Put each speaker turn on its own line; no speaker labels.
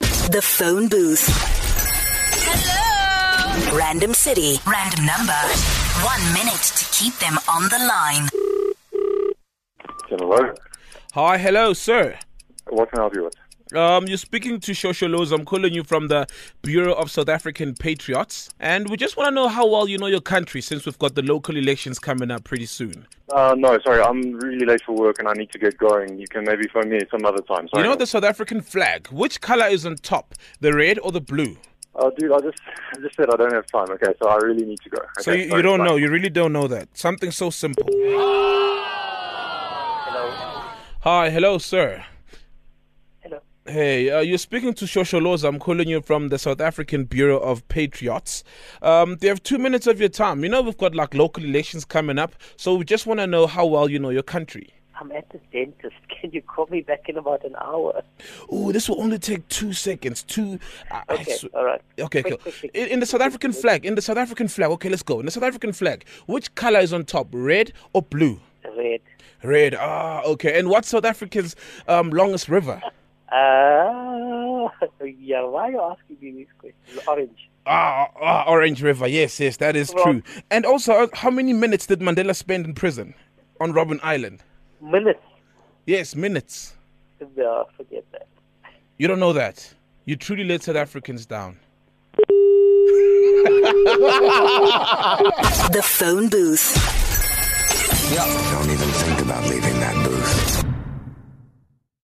The phone booth.
Hello.
Random city. Random number. One minute to keep them on the line.
Hello.
Hi, hello, sir.
What can I help you with?
Um, you're speaking to Shosho Loz. I'm calling you from the Bureau of South African Patriots. And we just want to know how well you know your country since we've got the local elections coming up pretty soon.
Uh, no, sorry, I'm really late for work and I need to get going. You can maybe phone me some other time. Sorry.
You know the South African flag? Which color is on top, the red or the blue?
Oh, dude, I just I just said I don't have time. Okay, so I really need to go. Okay,
So you, you
sorry,
don't
bye.
know. You really don't know that. Something so simple. Hi, hello, sir.
Hello.
Hey, uh, you're speaking to Shosho Loza. I'm calling you from the South African Bureau of Patriots. Um, they have two minutes of your time. You know, we've got like local elections coming up, so we just want to know how well you know your country.
I'm at the dentist. Can you call me back in about an hour?
Ooh, this will only take two seconds. Two. I- I
Okay,
sw-
all right.
Okay,
Quick,
cool.
quick, quick.
In, in the South African flag, in the South African flag, okay, let's go. In the South African flag, which color is on top, red or blue?
Red.
Red. Ah, okay. And what's South Africa's um, longest river?
Uh, yeah, why are you asking me these questions? Orange.
Ah, ah, Orange River. Yes, yes, that is
Wrong.
true. And also, uh, how many minutes did Mandela spend in prison on Robben Island?
Minutes.
Yes, minutes.
No, forget that.
You don't know that. You truly let South Africans down.
The phone booth.
Don't even think about leaving that booth.